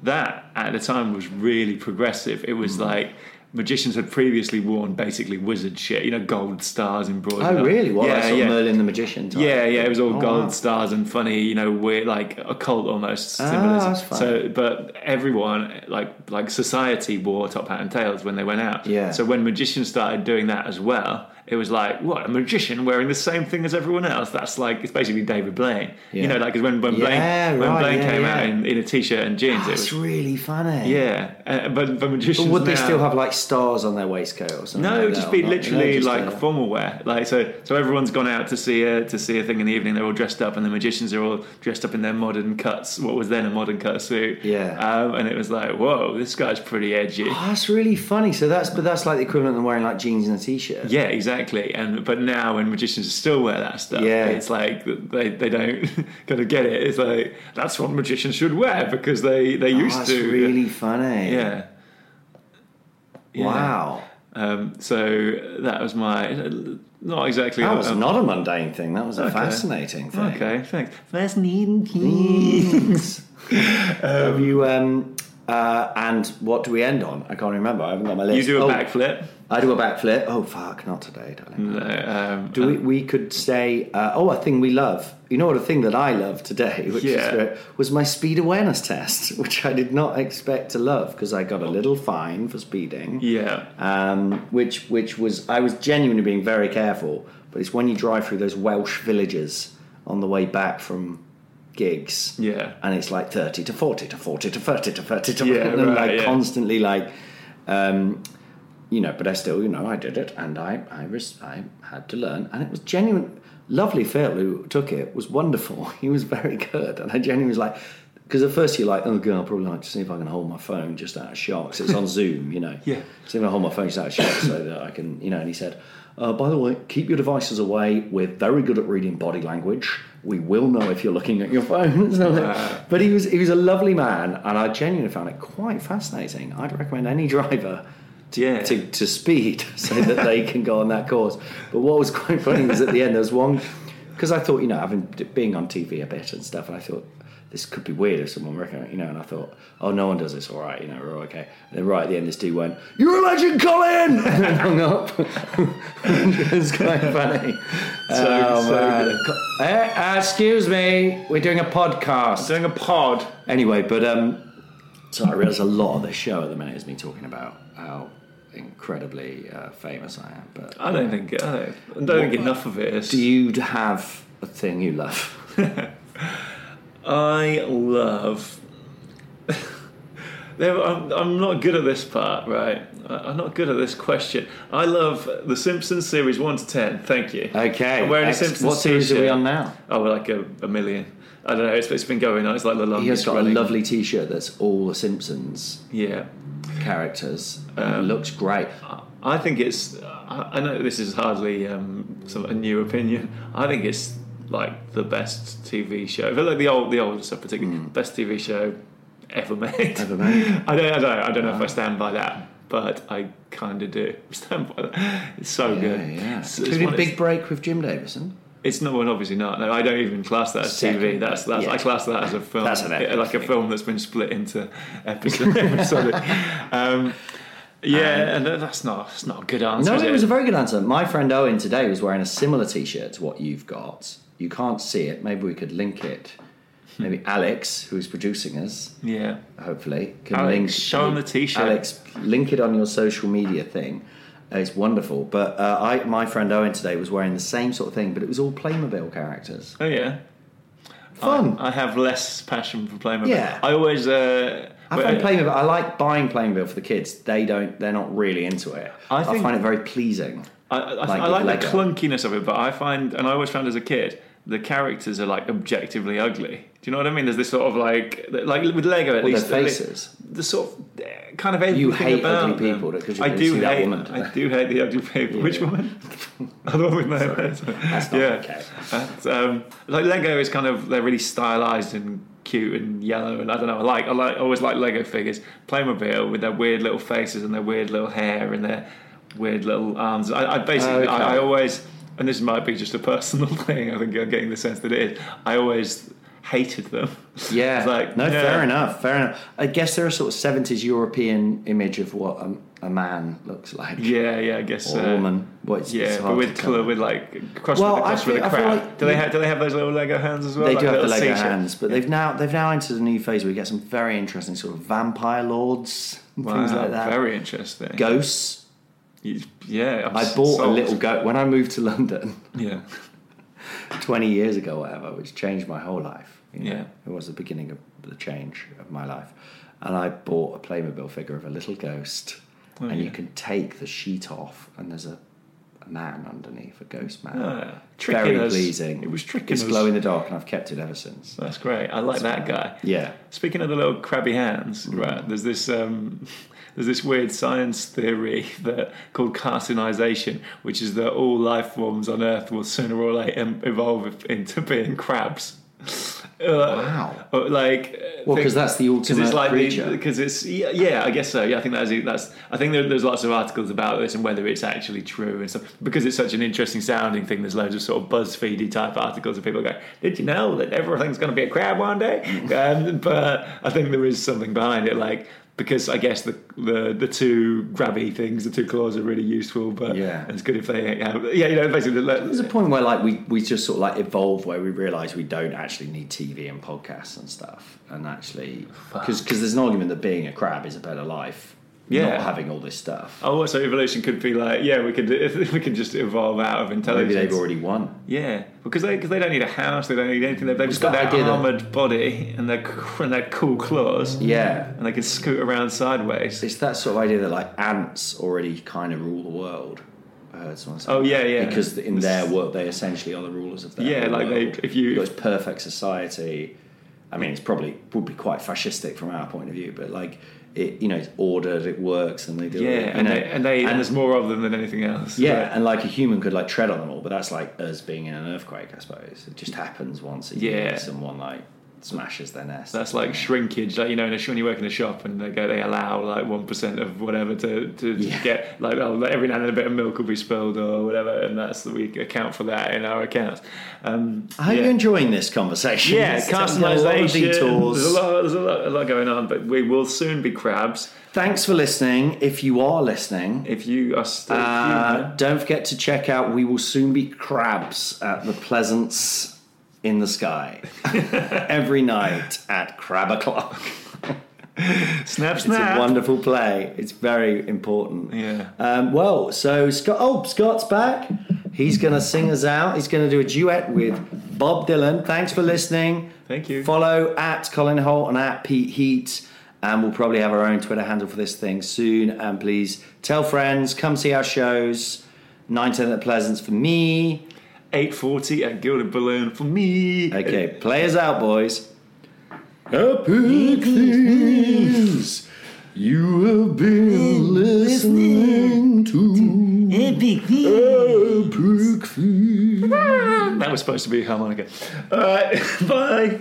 B: That at the time was really progressive. It
C: Hmm.
B: was like magicians had previously worn basically wizard shit, you know, gold stars embroidered.
C: Oh,
B: on-
C: really? Well,
B: Yeah,
C: I saw
B: yeah.
C: Merlin the Magician. Type.
B: Yeah, yeah, it was all
C: Oh,
B: gold
C: wow.
B: stars and funny, you know, weird, like occult almost
C: Ah,
B: symbolism.
C: that's fine.
B: So, but everyone, like like society, wore top hat and tails when they went out.
C: Yeah.
B: So when magicians started doing that as well, it was like, what a magician wearing the same thing as everyone else. That's like it's basically David Blaine. You
C: Yeah.
B: know, like 'cause when when
C: Yeah,
B: Blaine when
C: right,
B: Blaine
C: yeah,
B: came
C: yeah.
B: out in, in a t-shirt and jeans, it
C: That's
B: was
C: really funny.
B: yeah. Uh, but but magicians
C: But would they
B: now-
C: still have like stars on their waistcoat or something?
B: no,
C: like
B: it would
C: that
B: just
C: or
B: be
C: not? No,
B: literally
C: just,
B: like
C: uh,
B: formal wear. Like so, so everyone's gone out to see a to see a thing in the evening. They're all dressed up, and the magicians are all dressed up in their modern cuts. What was then a modern cut suit?
C: Yeah.
B: um, and it was like, whoa, this guy's pretty
C: <gasps>
B: edgy.
C: Oh, that's really funny. So that's but that's like the equivalent of wearing like jeans and a t-shirt.
B: Yeah, exactly. And but now when magicians still wear that stuff,
C: Yeah.
B: it's like they, they don't <laughs> kind of get it. It's like that's what magicians should wear because they they
C: Oh,
B: used
C: that's
B: to.
C: really funny.
B: yeah. Yeah.
C: Wow.
B: Um, so that was my not exactly
C: That was
B: um,
C: not a mundane thing. That was a
B: Okay.
C: fascinating thing.
B: Okay, thanks. Fascinating <laughs> things.
C: Have you um uh and what do we end on? I can't remember. I haven't got my list.
B: You do a
C: Oh,
B: backflip.
C: I do a backflip. Oh fuck, not today, darling.
B: No, um,
C: Do we, we could say uh, oh a thing we love. You know what a thing that I love today, <laughs> which
B: Yeah.
C: is great, was my speed awareness test, <laughs> which I did not expect to love because I got a little fine for speeding.
B: yeah.
C: um, which which was I was genuinely being very careful. But it's when you drive through those Welsh villages on the way back from gigs,
B: Yeah.
C: and it's like thirty to forty to forty to thirty to thirty to
B: Yeah,
C: and
B: right,
C: like
B: yeah.
C: constantly like, um, you know. But I still, you know, I did it, and I I res- I had to learn, and it was genuine. Lovely Phil who took it was wonderful. <laughs> He was very good, and I genuinely was like. Because at first you're like, oh god, I'll probably like to see if I can hold my phone just out of shock. 'cause it's on Zoom, you know.
B: Yeah.
C: So if I hold my phone just out of shot so that I can, you know, and he said, uh, by the way, keep your devices away. We're very good at reading body language. We will know if you're looking at your phone. <laughs> So, But he was he was a lovely man, and I genuinely found it quite fascinating. I'd recommend any <laughs> driver to,
B: Yeah.
C: to, to speed <laughs> so that they can go on that course. But what was quite funny was at the end there was one because I thought, you know, having being on TV a bit and stuff, and I thought this could be weird if someone recognized, you know, and I thought, oh, no one does this, all right, you know, we're all okay. And then right at the end, this dude went, "You're a legend, Colin," <laughs> and then hung up. <laughs> it was quite <laughs> funny. Oh,
B: So- so
C: man.
B: good.
C: Co- Eh, uh, excuse me, we're doing a podcast
B: Doing a pod.
C: anyway, but um, so I realise a lot of this show at the minute is me talking about how incredibly uh, famous I am. But
B: I don't think I don't, I don't think enough of it. Is.
C: do you have a thing you <laughs> love?
B: I love. <laughs> There- I'm, I'm not good at this part, right? I- I'm not good at this question. I love The Simpsons series one to ten. Thank you.
C: Okay,
B: I'm wearing
C: ex-
B: a Simpsons
C: what series are we
B: t-shirt.
C: on now?
B: Oh, we're like a, a million. I don't know. It's, it's been going on. It's like the longest.
C: He has got a
B: running.
C: lovely T-shirt that's all the Simpsons
B: Yeah.
C: characters. looks great.
B: I think it's. I I know this is hardly um, some, a new opinion. I think it's like the best TV show. I feel like the old, the old stuff, particularly best TV show ever made.
C: Hmm. Ever <gasps> made.
B: <laughs>
C: Ah.
B: I don't, I don't, I don't know if I stand by that, but I kind of do <laughs> stand by that. It's so
C: Yeah,
B: good.
C: yeah.
B: It's, it's
C: Including
B: one-
C: big break with Jim Davison.
B: it's not well, obviously not. No, I don't even class that as TV.
C: Second,
B: That's that's
C: yeah.
B: I class that as a film.
C: That's an epic
B: Yeah, like a
C: thing.
B: film that's been split into episodes. <laughs> episodic. Um, yeah, and that's not that's not a good answer.
C: No,
B: is
C: it was a very good answer. My friend Owen today was wearing a similar T-shirt to what you've got. You can't see it. Maybe we could link it. Maybe
B: Hmm.
C: Alex, who's producing us,
B: yeah.
C: hopefully, can
B: Alex,
C: link.
B: show 'em the T-shirt.
C: Alex, link it on your social media thing. Uh, It's wonderful. But uh, I, my friend Owen today was wearing the same sort of thing, but it was all Playmobil characters.
B: Oh yeah.
C: Fun.
B: I have less passion for Playmobil.
C: Yeah.
B: I always. Uh,
C: I
B: but,
C: find
B: uh,
C: Playmobil. I like buying Playmobil for the kids. They don't. They're not really into it.
B: I
C: I,
B: think-
C: find it very pleasing.
B: I, I,
C: like
B: I like the
C: Lego.
B: clunkiness of it, but I find, and I always found as a kid, the characters are like objectively ugly. Do you know what I mean? There's this sort of like, like with Lego
C: Well,
B: at
C: their
B: least, at least-
C: faces.
B: the sort of eh, kind of everything
C: You hate
B: about
C: ugly
B: them.
C: people, because you
B: I
C: didn't
B: do
C: see
B: hate.
C: that woman
B: I do hate the ugly people. Which woman? <laughs> the
C: <laughs>
B: one with no hair.
C: That's not
B: yeah.
C: okay.
B: That's, um, like Lego is kind of they're really stylized and cute and yellow and I don't know. I like I like I always like Lego figures. Playmobil with their weird little faces and their weird little hair and their weird little arms. I, I basically, I, I always, and this might be just a personal <laughs> thing. I think I'm getting the sense that it is. I always hated them.
C: Yeah.
B: <laughs> It's like,
C: no,
B: yeah.
C: fair enough. Fair enough. I guess there are sort of seventies European image of what a, a man looks like.
B: Yeah, yeah, I guess.
C: Or a
B: uh,
C: woman. What it's, it's
B: Yeah,
C: hard
B: but
C: to
B: with
C: tell.
B: colour, with like cross
C: Well,
B: with the
C: I
B: cross
C: feel-
B: with the
C: I feel
B: crowd.
C: like-
B: do they have do they have those little Lego hands as well?
C: They
B: Like
C: do have the
B: little
C: Lego
B: C-shaped-
C: hands, but they've now they've now entered a new phase where you get some very interesting sort of vampire lords, and
B: Wow,
C: things like that.
B: Very interesting.
C: Ghosts.
B: You- Yeah, I'm
C: I bought a
B: sold.
C: little goat when I moved to London
B: Yeah,
C: twenty years ago, whatever, which changed my whole life. you know.
B: Yeah.
C: it was the beginning of the change of my life, and I bought a Playmobil figure of a little ghost, and you
B: Oh, yeah.
C: can take the sheet off, and there's a, a man underneath, a ghost man.
B: Ah,
C: <laughs>
B: tricking
C: very
B: us.
C: pleasing.
B: It was tricking
C: It's
B: us.
C: glow in the dark, and I've kept it ever since.
B: that's great. I like that guy.
C: Yeah. Mm.
B: Speaking of the little crabby hands, right? There's this um, <laughs> there's this weird science theory <laughs> that called carcinization, which is that all life forms on Earth will sooner or later evolve into being crabs.
C: Wow.
B: But like, uh,
C: Well,
B: think-
C: 'cause that's the ultimate creature.
B: Because it's yeah, yeah, I guess so. Yeah, I think that's it. that's. I think there, there's lots of articles about this and whether it's actually true and stuff. Because it's such an interesting sounding thing. There's loads of sort of BuzzFeedy type articles of people going, "Did you know that everything's going to be a crab one day?"
C: Mm.
B: um, but I think there is something behind it, like. Because I guess the, the the two grabby things, the two claws are really useful, but
C: Yeah.
B: it's good if they have, yeah, you know, basically,
C: There's a point where like we, we just sort of like evolve where we realise we don't actually need TV and podcasts and stuff, and actually because there's an argument that being a crab is a better life,
B: Yeah.
C: not having all this stuff.
B: oh, so evolution could be like, yeah, we could <laughs> we could just evolve out of intelligence.
C: Maybe they've already won.
B: Yeah, because they, cause they don't need a house, they don't need anything. They've, they've just got
C: that
B: their
C: idea that-
B: armored body and their cr- <laughs> and their cool claws,
C: Yeah,
B: and they can scoot around sideways.
C: it's that sort of idea that like ants already kind of rule the world. I heard someone say.
B: Oh,
C: that.
B: yeah, yeah.
C: Because in their world, they essentially are the rulers of their
B: Yeah,
C: own
B: like they-
C: world.
B: if you-
C: You've got this perfect society. I mean, it's probably would be quite fascistic from our point of view, but like it, you know, it's ordered, it works, and they do.
B: Yeah,
C: it, you
B: and
C: know.
B: they, and they and there's more of them than anything else.
C: Yeah, and like a human could like tread on them all, but that's like us being in an earthquake, I suppose. It just happens once a year.
B: Yeah.
C: Someone like smashes their nest.
B: that's like shrinkage. Like you know, in a, sh- when you work in a shop and they go, they allow like one percent of whatever to, to to get like oh, like, every now and then a bit of milk will be spilled or whatever, and that's we account for that in our accounts. Um,
C: I hope
B: yeah.
C: you're enjoying this conversation.
B: Yeah,
C: It's taken a lot of
B: carcinization. There's a
C: detours.
B: lot, there's a lot, a lot going on, but we will soon be crabs
C: Thanks for listening. If you are listening,
B: if you are still human.
C: uh, don't forget to check out We Will Soon Be Crabs at the Pleasance in the
B: <laughs>
C: Sky every night at Crab O'Clock.
B: Snap,
C: It's
B: snap.
C: a wonderful play. It's very important.
B: Yeah.
C: Um, well, so Scott. Oh, Scott's back. He's going to sing us out. He's going to do a duet with Bob Dylan. Thanks for listening.
B: Thank you.
C: Follow at Colin Holt and at Pete Heat. And we'll probably have our own Twitter handle for this thing soon. And please tell friends, come see our shows. 910 at Pleasance for me.
B: 840 at Gilded Balloon for me.
C: Okay, play us out, boys.
A: Epic things you have been listening to. Epic things.
B: <laughs> That was supposed to be harmonica. All right, <laughs> bye.